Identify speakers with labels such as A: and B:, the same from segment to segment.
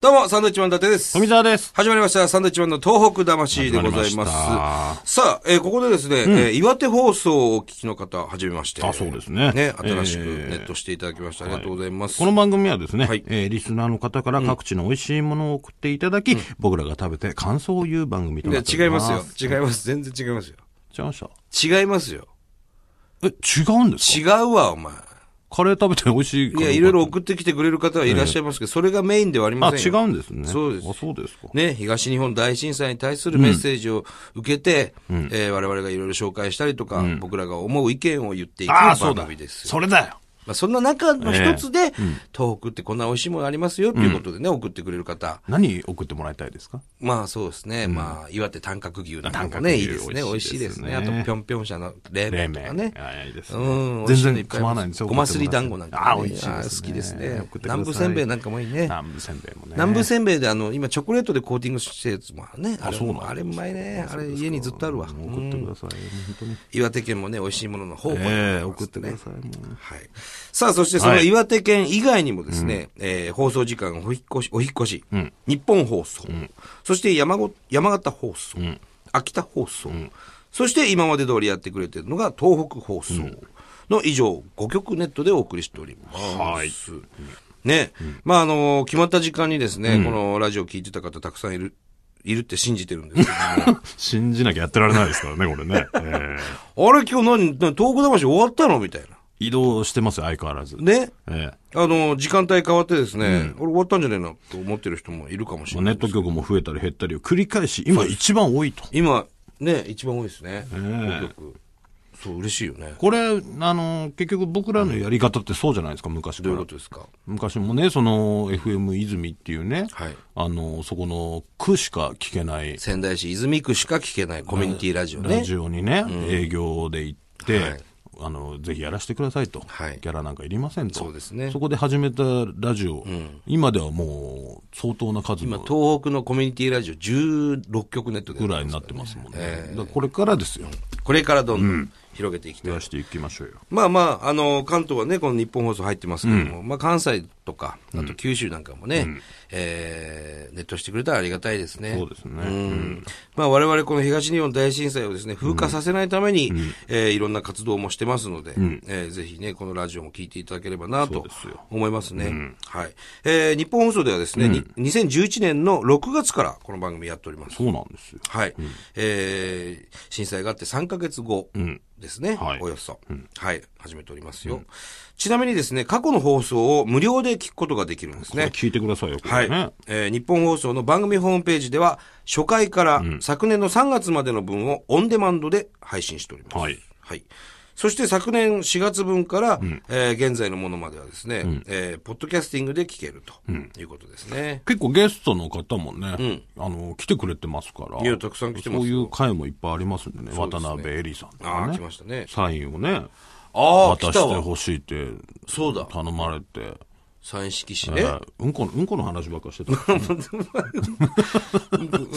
A: どうも、サンドウィッチマン伊達です。
B: 富澤です。
A: 始まりました。サンドウィッチマンの東北魂でござい
B: 始ま
A: ま
B: り
A: す。
B: ま
A: さあ、えーここでですね、えー岩手放送をお聞きの方、はじめまして。
B: あそうですね
A: ね、新しくネ
B: えー
A: ットしていただきました。ありがとうございます。
B: この番組はですね、
A: はい
B: えーリスナーの方から各地の美味しいものを送っていただき、僕らが食べて感想を言う番組と
A: い
B: な
A: や
B: っており
A: 違いま
B: ます。
A: すよ。。違います。全然違いますよ。
B: 違いました。
A: 違いますよ。
B: え、違うんですか
A: 違うわ、お前。
B: カレー食べて美味しいか
A: い
B: ら
A: や、いろいろ送ってきてくれる方はいらっしゃいますけど、それがメインではありま
B: あ、
A: せん
B: 違
A: よ。
B: うんですね。
A: そうです
B: あ、そうですか。
A: ね、東日本大震災に対するメッセージを受けて、えー我々がいろいろ紹介したりとか、僕らが思う意見を言っていく
B: ああ、
A: 番
B: そうだ
A: 組で。すよ。
B: それだよ。
A: まあ、そんな中の一つで、東北ってこんな美味しいものありますよっていうことでね、送ってくれる方。
B: 何送ってもらいたいですか
A: まあそうですね。まあ、岩手短角牛なんかも
B: 短角
A: ね、
B: 牛
A: いいですね。美味しいですね。あと、ぴょんぴょん社の冷
B: 冷
A: 麺と
B: 麺。
A: かね。
B: あいいですね
A: うん、
B: 全然構わないんですよ。
A: ごますり団子なんか、ね。
B: あ、美味しいです、ね。
A: あ好きですね
B: 送。ってください
A: 南部せんべいなんかもいいね。
B: 南部せんべいもね。
A: 南部せんべいで、あの、今、チョコレートでコーティングしてるやつもあるね。あれ
B: そうなんです
A: あれうまいね。あれ、家にずっとあるわ。
B: もう送ってください。本当に。
A: 岩手県もね、美味しいものの宝庫でございます
B: ええ送ってくださいもう
A: はい。さあ、そしてその
B: はい
A: 岩手県以外にもですね、えー放送時間お引っ越し、お引っ越し、日本放送、そして山ご山形放送、秋田放送、そして今まで通りやってくれてるのが東北放送の以上5曲ネットでお送りしております。
B: はい
A: ね、まあ、あの決まった時間にですね、このラジオ聞いてた方たくさんいる、いるって信じてるんですけども、
B: 信じなきゃやってられないですからね、これね。ええ
A: あれ今日何、何東北魂終わったのみたいな。
B: 移動してますよ、相変わらず。
A: ね。
B: ええ
A: あの、時間帯変わってですね、俺終わったんじゃないのと思ってる人もいるかもし
B: ま
A: れな
B: あネ
A: い
B: ッ。ト局も増えたり減ったりを繰り返し、今一番多いと。
A: 今、ね、一番多いですね。結局そう、嬉しいよね。
B: これ、あの、結局僕らのやり方ってそうじゃないですか、昔か
A: どういう
B: ら
A: こ。とですか
B: 昔もね、その、FM 泉っていうね、
A: はい
B: あの、そこの区しか聞けない
A: 仙台市泉区しか聞けないコミュニティラジオね。
B: ラジオにね、営業で行って、
A: はい
B: あの、ぜひやらせてくださいと。
A: はい
B: ギャラなんかいりませんと。
A: そうですね
B: そこで始めたラジオ、今ではもう相当な数
A: 今、
B: の
A: 東北のコミュニティラジオ16局ネットで
B: ぐ。らいになってますもんね。だからこれからですよ。
A: これからどんどん広げていきたい
B: 増やしていきましょうよ。
A: まあまあ、あの、関東はね、この日本放送入ってますけども、まあ関西とか、あと九州なんかもね、えーネットしてくれたらありがたいですね。
B: そうですね
A: ん
B: う
A: まあ我々この東日本大震災をですね、風化させないために、えーいろんな活動もしてますので、えーぜひね、このラジオも聞いていただければな
B: そう
A: と
B: ですよ
A: 思いますね。はい。えー日本放送ではですね、に2011年の6月からこの番組やっております。
B: そうなんですよ。
A: はい。えー震災があって3ヶ月後ですね。
B: はい
A: およそ、はい。始めておりますよ、ちなみにですね、過去の放送を無料で聞くことができるんです
B: これ
A: ね。
B: 聞いてくださいよ、こ
A: は
B: れ
A: い
B: ね。。
A: えー日本放送の番組ホームページでは、初回から昨年の3月までの分をオンデマンドで配信しております。
B: はい。
A: はい。そして昨年4月分から、えー現在のものまではですね、えーポッドキャスティングで聞けるということですね。
B: 結構ゲストの方もね、あの、来てくれてますから。
A: いやたくさん来てますよ
B: そういう回もいっぱいありますんでね。渡辺恵里さんと
A: あ
B: か
A: あ、
B: ね
A: 来。ましたね。
B: サインをね、
A: ああ、
B: 渡
A: 来
B: したて
A: わ。
B: ほしいって、
A: そうだ。
B: 頼まれて。
A: 三色市
B: え
A: ね。
B: うんこの、うんこの話ばっかしてた。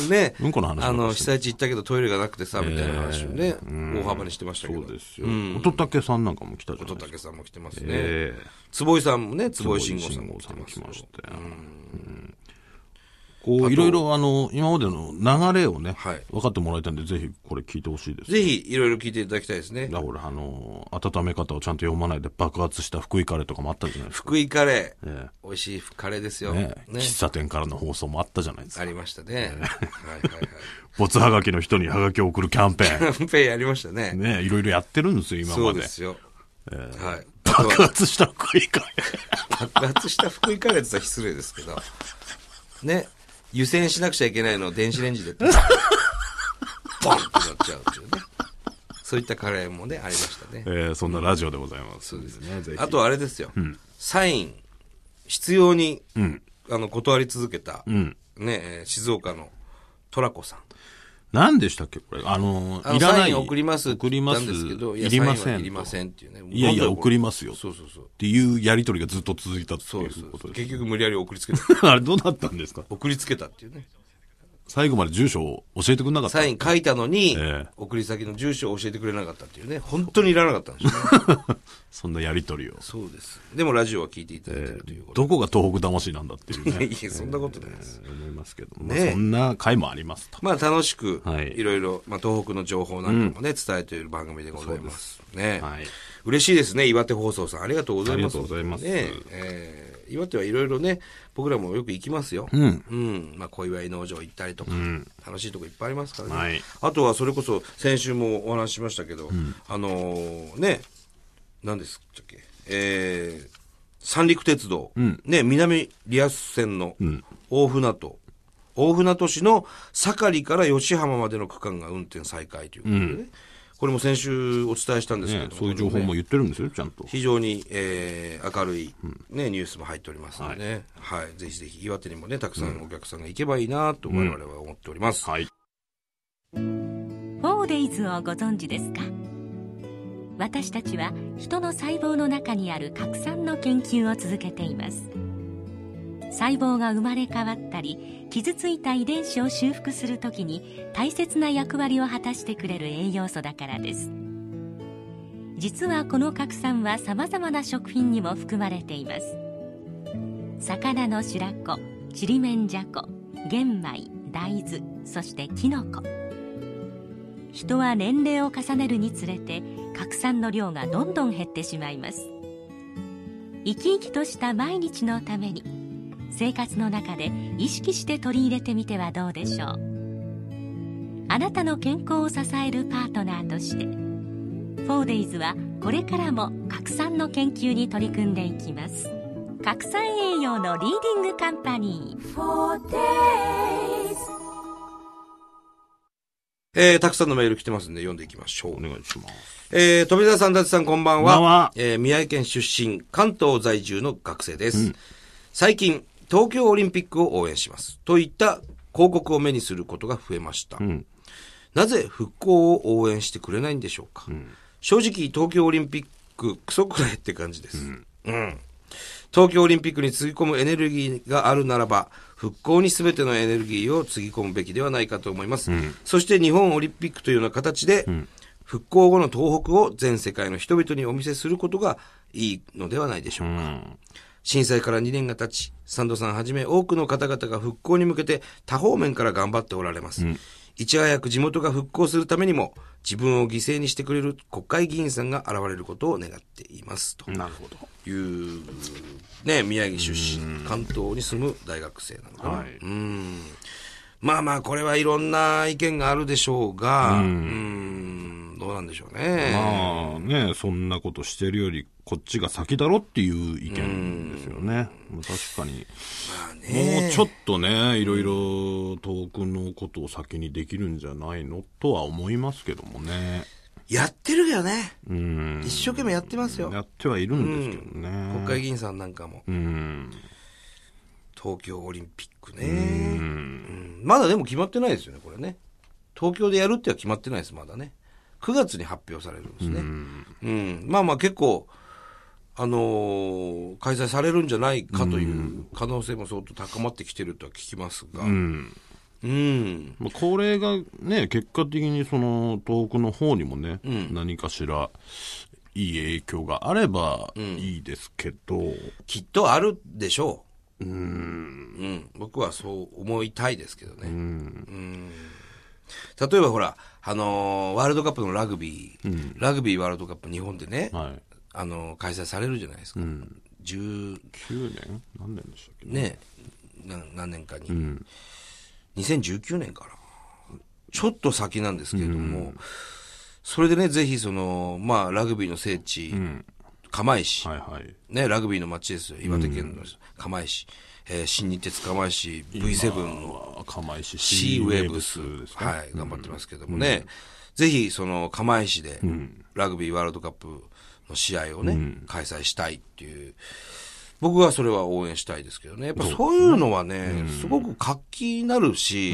A: ね。
B: うんこの話ばっか
A: あの、
B: して
A: 被災地行ったけどトイレがなくてさ、みたいな話をね、大幅にしてましたけ
B: そ
A: ど。
B: うですよ。 乙武さんなんかも来たじゃない
A: 乙
B: です
A: 武さ
B: か。
A: んも来てますね。
B: ええ
A: 坪井さんもね、坪井慎吾さん
B: 信
A: も
B: 号
A: 来て
B: さん
A: ます
B: 来
A: よ。
B: ましたよ。こう、いろいろあの、今までの流れをね、
A: はい
B: 分かってもらいたいんで、ぜひこれ聞いてほしいです。
A: ぜひ、いろいろ聞いていただきたいですね。
B: だからあの、温め方をちゃんと読まないで爆発した福井カレーとかもあったじゃないですか。
A: 福井カレー
B: え。
A: 美味しいカレーですよ。
B: ね
A: ね。
B: 喫茶店からの放送もあったじゃないです
A: あ
B: か。
A: りましたね。はいはいはい。
B: 没はがきの人にはがきを送るキャン ペー
A: キャンペーンやりましたね
B: ン。。ねいろいろやってるんですよ、今
A: そ
B: ま
A: う
B: で
A: で。すよ。はい。あと
B: 爆
A: は
B: 発した福井カレ
A: 爆発した福井カレーって言ったら失礼ですけど、ね、湯煎しなくちゃいけないのを電子レンジで、ボンってなっちゃうっていうね。そういったカレーもね、ありましたね。
B: ー。えーそんなラジオでございます。そうですね、
A: あとあれですよ、サイン、必要に、あの断り続けた、ね、えー静岡のトラコさん。
B: 何でしたっけこれ。あの
A: あの
B: いらな
A: サイ
B: い。
A: ン送りますって
B: 送
A: 言
B: り
A: っ
B: ま
A: た
B: す。
A: んですけど、いや
B: いりま
A: サイン
B: せ
A: は
B: ん。
A: いりませんっていうね。
B: いやいや、送り
A: ま
B: ますよ。っ
A: そうそうそう。
B: ていうやりとりがずっと続いたって
A: そう
B: い
A: です
B: うことです。
A: 結局無理やり送りつけた。
B: あれどうなったんですか
A: 送りつけたっていうね。
B: 最後まで住所を教えてくれなかった
A: サ。イン書いたのに、
B: ええ
A: 送り先の住所を教えてくれなかったっていうね、本当にいらなかったんですよね。
B: そんなやりとりを。
A: そうです。でもラジオは聞いていただいてるということ。
B: どこが東北魂なんだっていうね。
A: いやいやそんなことないです
B: えー思いますけど、
A: ねえ
B: まあ、そんな回もありますと。
A: まあ楽しく、
B: はい
A: いろいろ、まあ東北の情報なんかもね、伝えている番組でございます。ね、
B: はい
A: 嬉しいですね、岩手放送さん。ありがとうございます。
B: ありがとうございます
A: ねえー岩手はいろいろね、僕らもよく行きますよ。
B: うん。
A: うん。まあ小祝農場行ったりとか、楽しいとこいっぱいありますからね。
B: はい
A: あとはそれこそ、先週もお話ししましたけど、あのーね、何ですっけ、えー、三陸鉄道、ね、南リアス線の大船渡、大船渡市の盛りから吉浜までの区間が運転再開ということでね、これも先週お伝えしたんですけ
B: ね
A: ども、
B: そういう情報も言ってるんですよ、ちゃんと。
A: 非常に、えー明るい、ね、ニュースも入っておりますのでね、はいぜひぜひ岩手にもねたくさんお客さんが行けばいいなと我々は思っております、
B: はい。
C: フォーデイズをご存知ですか私たちは人の細胞の中にある核酸の研究を続けています細胞が生まれ変わったり傷ついた遺伝子を修復するときに大切な役割を果たしてくれる栄養素だからです実はこの核酸はさまざまな食品にも含まれています魚の白子ちりめんじゃこ玄米大豆そしてきのこ人は年齢を重ねるにつれて核酸の量がどんどん減ってしまいます生き生きとした毎日のために生活の中で意識して取り入れてみてはどうでしょうあなたの健康を支えるパートナーとして 4days はこれからも核酸の研究に取り組んでいきます核酸栄養のリーディングカンパニー
A: えーたくさんのメール来てますんで読んでいきましょう
B: お願いします。
A: えー、富澤さん、達さん、こんばんは。
B: こんばんは
A: えー宮城県出身、関東在住の学生です。最近、東京オリンピックを応援します。といった広告を目にすることが増えました。
B: ん
A: なぜ復興を応援してくれないんでしょうか。正直、東京オリンピック、クソくらいって感じです。うん東京オリンピックにつぎ込むエネルギーがあるならば、復興に全てのエネルギーをつぎ込むべきではないかと思います。そして日本オリンピックというような形で、復興後の東北を全世界の人々にお見せすることがいいのではないでしょうか。
B: うん。
A: 震災から2年が経ち、サンドさんはじめ多くの方々が復興に向けて多方面から頑張っておられます。いち早く地元が復興するためにも、自分を犠牲にしてくれる国会議員さんが現れることを願っています。と
B: なるほど。
A: いう、ね、宮城出身、関東に住む大学生なのかな。
B: はい
A: うんまあまあ、これはいろんな意見があるでしょうが、うんどうなんでしょうね。
B: まあね、そんなことしてるより、こっちが先だろっていう意見ですよね。まあ確かに。もうちょっとね、いろいろ遠くのことを先にできるんじゃないのとは思いますけどもね。
A: やってるよね。
B: うん。
A: 一生懸命やってますよ。
B: やってはいるんですけどね。
A: 国会議員さんなんかも、
B: うん。
A: 東京オリンピックね、うんまだでも決まってないですよね、これね。東京でやるっては決まってないです、まだね。9月に発表されるんですね。うん。まあまあ結構、あのー開催されるんじゃないかという可能性も相当高まってきてるとは聞きますが。
B: うん。
A: うん。
B: まあ、これがね、結果的にその東北の方にもね、何かしらいい影響があればいいですけど、
A: きっとあるでしょう。うん。僕はそう思いたいですけどね。うん例えばほら、あのーワールドカップのラグビー、ラグビーワールドカップ日本でね、
B: はい。
A: あのー開催されるじゃないですか。10
B: 9年何年でしたっけ
A: ね、な何年かに、2019年かな。ちょっと先なんですけれども、それでね、ぜひその、まあ、ラグビーの聖地、釜石、
B: はいはい。
A: ね、ラグビーの街ですよ。岩手県の釜石、えー新日鉄釜石、V7 の
B: は釜石
A: C ウェブス
B: です、か。
A: はい、頑張ってますけどもね、ぜひ、その、釜石で、ラグビーワールドカップの試合をね、開催したいっていう、僕はそれは応援したいですけどね。やっぱそういうのはね、すごく活気になるし、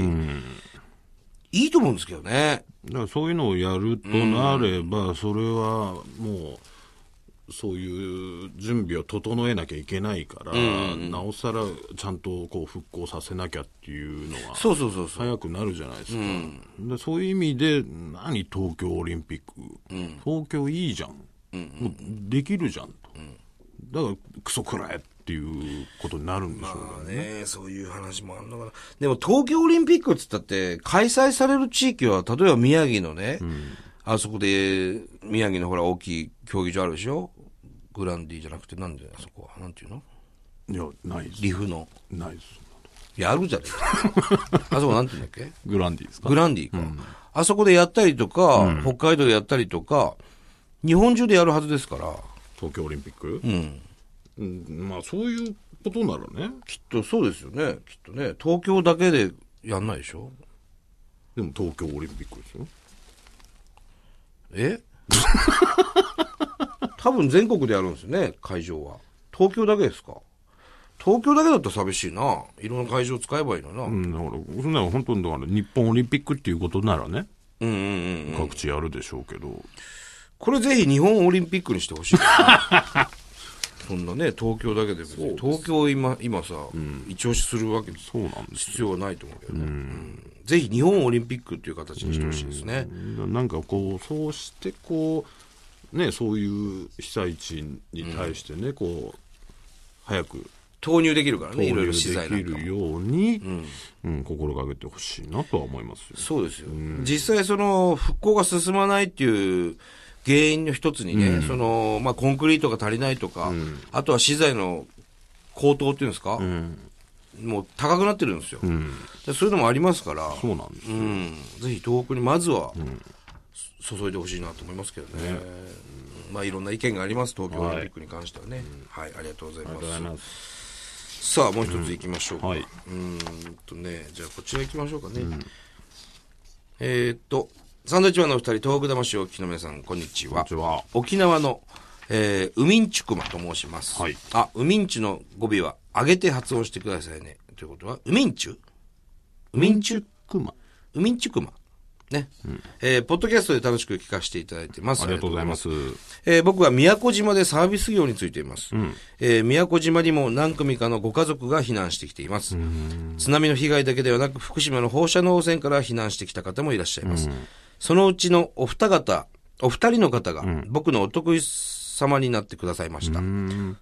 A: いいと思うんですけどね。
B: だからそういうのをやるとなれば、それはもう、そういう準備を整えなきゃいけないから、なおさらちゃんとこう復興させなきゃっていうのは
A: そうそうそうそう。
B: 早くなるじゃないですか、でそういう意味で何東京オリンピック、東京いいじゃん、もうできるじゃんと、だからクソくらえっていうことになるんでしょうけど
A: まあ
B: ね、
A: ね、そういう話もあるのかな。でも東京オリンピックって言ったって、開催される地域は、例えば宮城のね、あそこで、宮城のほら大きい競技場あるでしょグランディじゃなくて、なんで、あそこは、なんていうの
B: いやないです
A: リフの。
B: ないです
A: いやあるじゃない あそこなんていうんだっけ
B: グランディですか
A: グランディか。あそこでやったりとか、北海道でやったりとか、日本中でやるはずですから。
B: 東京オリンピック、
A: うん。
B: うんまあそういうことならね
A: きっとそうですよね。きっとね。東京だけでやんないでしょ
B: でも東京オリンピックですよ
A: え 多分全国でやるんですよね、会場は。東京だけですか東京だけだったら寂しいな。いろんな会場使えばいいのにな。う
B: うんん、だから、そんなの本当にだから、日本オリンピックっていうことならね、
A: うんうん。
B: 各地やるでしょうけど、
A: これぜひ日本オリンピックにしてほ しいな。そんなね、東京だけで別に東京を今、今さ、一押しするわけです
B: そうなんです。
A: 必要はないと思うけどね。うんぜひ日本オリンピックっていう形にしてほしいですね。
B: なんかこう、そうして、こう、ね、そういう被災地に対してね、こう、早く
A: 投入できるからね、いろい
B: 交流
A: ろ
B: で
A: 資材
B: き
A: なんかも
B: るように、うん、心がけてほしいなとは思いますよ。
A: そうですよ。実際その復興が進まないっていう原因の一つにね、その、まあ、コンクリートが足りないとか、あとは資材の高騰っていうんですか、
B: うん、
A: もう高くなってるんですよ。
B: うん、
A: でそういうのもありますから、
B: そうなんです
A: う。ん、ぜひ東北にまずは、そ注いでほしいなと思いますけどね。まあ、いろんな意見があります、東京オリンピックに関してはね。はい、ありがとうござい
B: ありがとうござい
A: ま
B: ます。
A: す。さあ、もう一つ行きましょうか。
B: はい。
A: うーんとね、じゃあこちら行きましょうかね。えーっと、サンドウィッチマンのお二人、東北魂をお聞きの皆さん、こんにち
B: こん
A: は
B: に。ちは。
A: 沖縄の、えー、ウミンチュクマと申します。
B: はい
A: あ、ウミンチュの語尾は、上げて発音してくださいね。ということは、ウミンチュウミンチュ
B: くま。
A: ウミンチュクマ。ね。えーポッドキャストで楽しく聞かせていただいてます。
B: ありがとうございます。
A: えー僕は宮古島でサービス業についています。えー宮古島にも何組かのご家族が避難してきています。津波の被害だけではなく、福島の放射能汚染から避難してきた方もいらっしゃいます。そのうちのお二方、お二人の方が、僕のお得意様になってくださいました。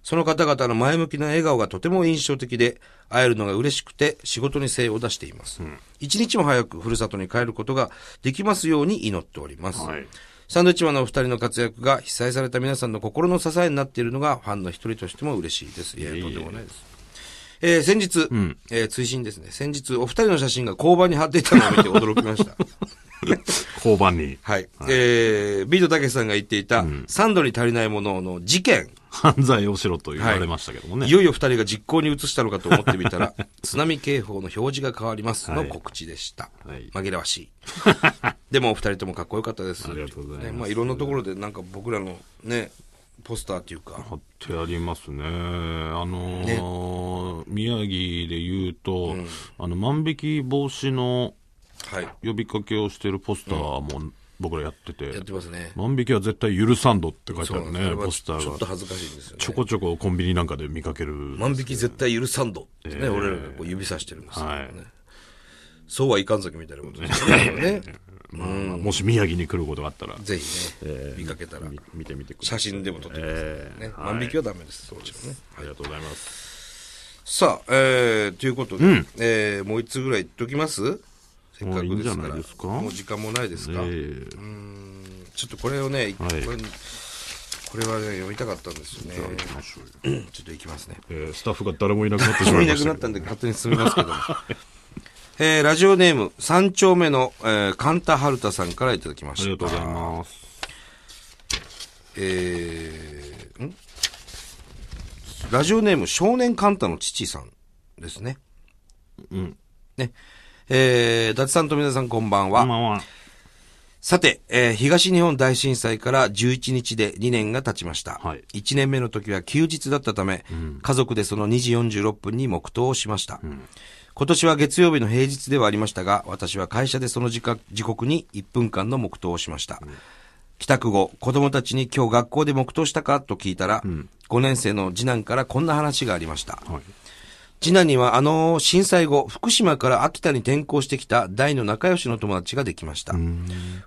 A: その方々の前向きな笑顔がとても印象的で、会えるのが嬉しくて仕事に精を出しています。一日も早くふるさとに帰ることができますように祈っております。
B: はい
A: サンドウィッチマンのお二人の活躍が被災された皆さんの心の支えになっているのがファンの一人としても嬉しいです。いや、とんでもないです。えー先日、えー追伸ですね。先日、お二人の写真が交番に貼っていたのを見て驚きま した。
B: 交番に。
A: はい。えー、ビートたけしさんが言っていた、サンドに足りないものの事件、
B: 犯罪をしろと言われましたけどもね。
A: いよいよ二人が実行に移したのかと思ってみた ら、津波警報の表示が変わりますの告知でした。
B: はい
A: 紛らわしい。 でもお二人ともかっこよかったです。
B: ありがとうございます
A: ねまあいろんなところでなんか僕らのね、ポスターっていうか、
B: 貼ってありますね。あのー宮城で言うと、あの、万引き防止の
A: はい。
B: 呼びかけをしてるポスターも僕らやってて、
A: やってますね。
B: 万引きは絶対許さんどって書いて
A: そ
B: あ
A: うなん
B: る
A: です
B: ね、
A: よ
B: ポスタ
A: ちょ
B: ー
A: っと
B: が。
A: 恥ずかしいんですよ
B: ちょ
A: ね。
B: こちょこコンビニなんかで見かける。
A: 万引き絶対許さんどってね、俺らがこう指さしてるんですよ、ね
B: はい
A: そうはいかんぞみたいなことですよね。ね
B: まあまあもし宮城に来ることがあったら、
A: ぜひね、見かけたら
B: み、見てみてくださ
A: 写
B: い。
A: 真でも撮ってくださいね。
B: えー
A: 万引きはダメです、もちろんね。
B: ありがとうございます。
A: さあ、えー、ということで、えーもう一つぐらい言っときますせっかくですか
B: もういいんじゃな
A: ら。
B: いですか
A: もう時間もないです
B: え
A: か、
B: ー
A: ちょっとこれをね、一個
B: はい
A: これこれはね、読みたかったんですよね。
B: 行きましょうよ
A: ちょっといきますね。
B: えースタッフが誰もいなくなってし
A: も
B: ま
A: うい
B: いま
A: な
B: し
A: く
B: た
A: なっ
B: け
A: た
B: ど。
A: んで勝手に進みますけども。 えー、ラジオネーム、三丁目の、えー、カンタハルタさんからいただきました。
B: ありがとうございます。
A: えーんラジオネーム少年カンタの父さんですね。うん。ね。えー、伊達さんと皆さんこんばんは。
B: こんばんは。
A: さて、えー東日本大震災から11日で2年が経ちました。
B: はい
A: 1年目の時は休日だったため、家族でその2時46分に黙祷をしました。今年は月曜日の平日ではありましたが、私は会社でその時間時刻に1分間の黙祷をしました。帰宅後、子供たちに今日学校で黙祷したかと聞いたら、5年生の次男からこんな話がありました。
B: はい。
A: 次男にはあの震災後、福島から秋田に転校してきた大の仲良しの友達ができました。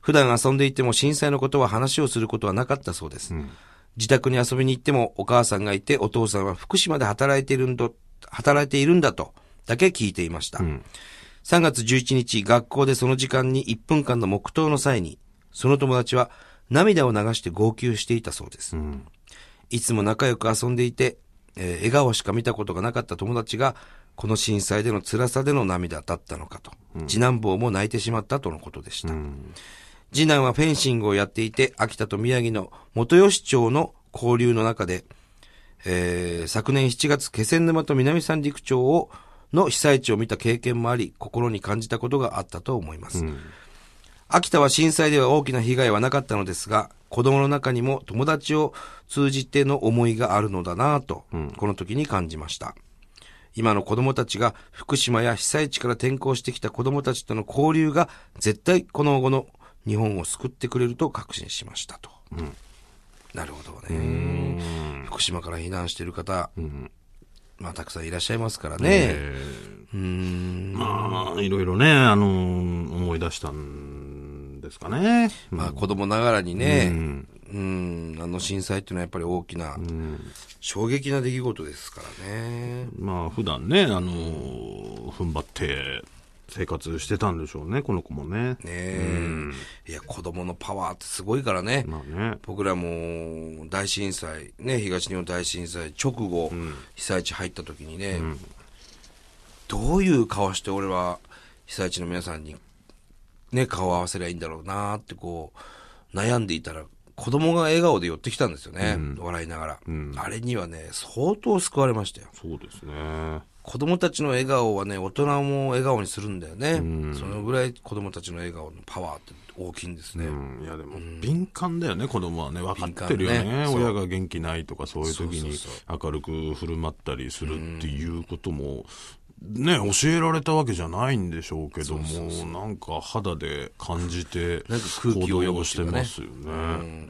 A: 普段遊んでいても震災のことは話をすることはなかったそうです。自宅に遊びに行ってもお母さんがいてお父さんは福島で働いているんだ、働いているんだとだけ聞いていました。3月11日、学校でその時間に1分間の黙祷の際に、その友達は涙を流して号泣していたそうです。いつも仲良く遊んでいて、えー笑顔しか見たことがなかった友達が、この震災での辛さでの涙だったのかと、次男坊も泣いてしまったとのことでした。次男はフェンシングをやっていて、秋田と宮城の元吉町の交流の中で、えー昨年7月、気仙沼と南三陸町を、の被災地を見た経験もあり、心に感じたことがあったと思います。秋田は震災では大きな被害はなかったのですが、子供の中にも友達を通じての思いがあるのだなぁと、この時に感じました。今の子供たちが福島や被災地から転校してきた子供たちとの交流が絶対この後の日本を救ってくれると確信しましたと。なるほどね。福島から避難している方、まあたくさんいらっしゃいますからね。うーん
B: まあ、いろいろね、あのー思い出したんですかね。
A: まあ子供ながらにね、うん、あの震災っていうのはやっぱり大きな、衝撃な出来事ですからね。
B: まあ、普段ね、あのー踏ん張って生活してたんでしょうね、この子もね。
A: ねえ。いや、子供のパワーってすごいからね。
B: まあね。
A: 僕らも大震災、ね、東日本大震災直後、被災地入った時にね、どういう顔して俺は被災地の皆さんに、ね、顔を合わせりゃいいんだろうなってこう、悩んでいたら、子供が笑顔で寄ってきたんですよね、笑いながら、あれにはね、相当救われましたよ。
B: そうですね。
A: 子供たちの笑顔はね、大人も笑顔にするんだよね。そのぐらい子供たちの笑顔のパワーって大きいんですね。
B: うん、いやでも、敏感だよね、子供はね。分かってるよね
A: 敏感ねそう
B: 親が元気ないとか、そういう時
A: そう
B: に
A: そう
B: 明るく振る舞ったりするっていうことも、ね、教えられたわけじゃないんでしょうけども、なんか肌で感じて、
A: なんか空気を
B: 行
A: 読
B: 動
A: むっ
B: して
A: い
B: て
A: うかね
B: ますよね。
A: う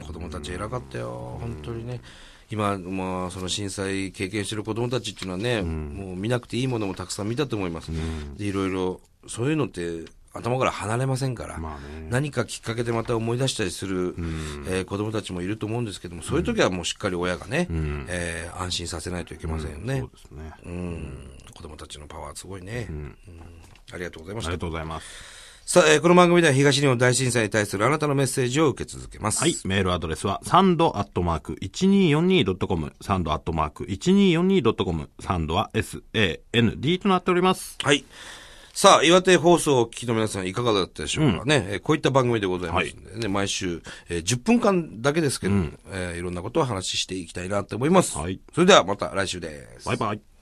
A: ん子供たち偉かったよ、本当にね。今、まあ、その震災経験してる子供たちっていうのはね、もう見なくていいものもたくさん見たと思います。で、いろいろ、そういうのって頭から離れませんから、
B: まあね
A: 何かきっかけでまた思い出したりする、えー子供たちもいると思うんですけども、そういう時はもうしっかり親がね、えー安心させないといけませんよね。
B: そうですね。あ
A: うん、子供たちのパワーすごいね、うんありがとうございまし
B: り
A: た
B: が。とうございます。
A: さあ、えーこの番組では東日本大震災に対するあなたのメッセージを受け続けます。
B: はい。メールアドレスは、サンドアットマーク 1242.com、サンドアットマーク 1242.com、サンドは SAND となっております。
A: はい。さあ、岩手放送をお聞きの皆さんいかがだったでしょうかね。えーこういった番組でございますんでね、毎週、えー10分間だけですけども、えーいろんなことを話ししていきたいなと思います。
B: はい
A: それではまた来週です。
B: バイバイ。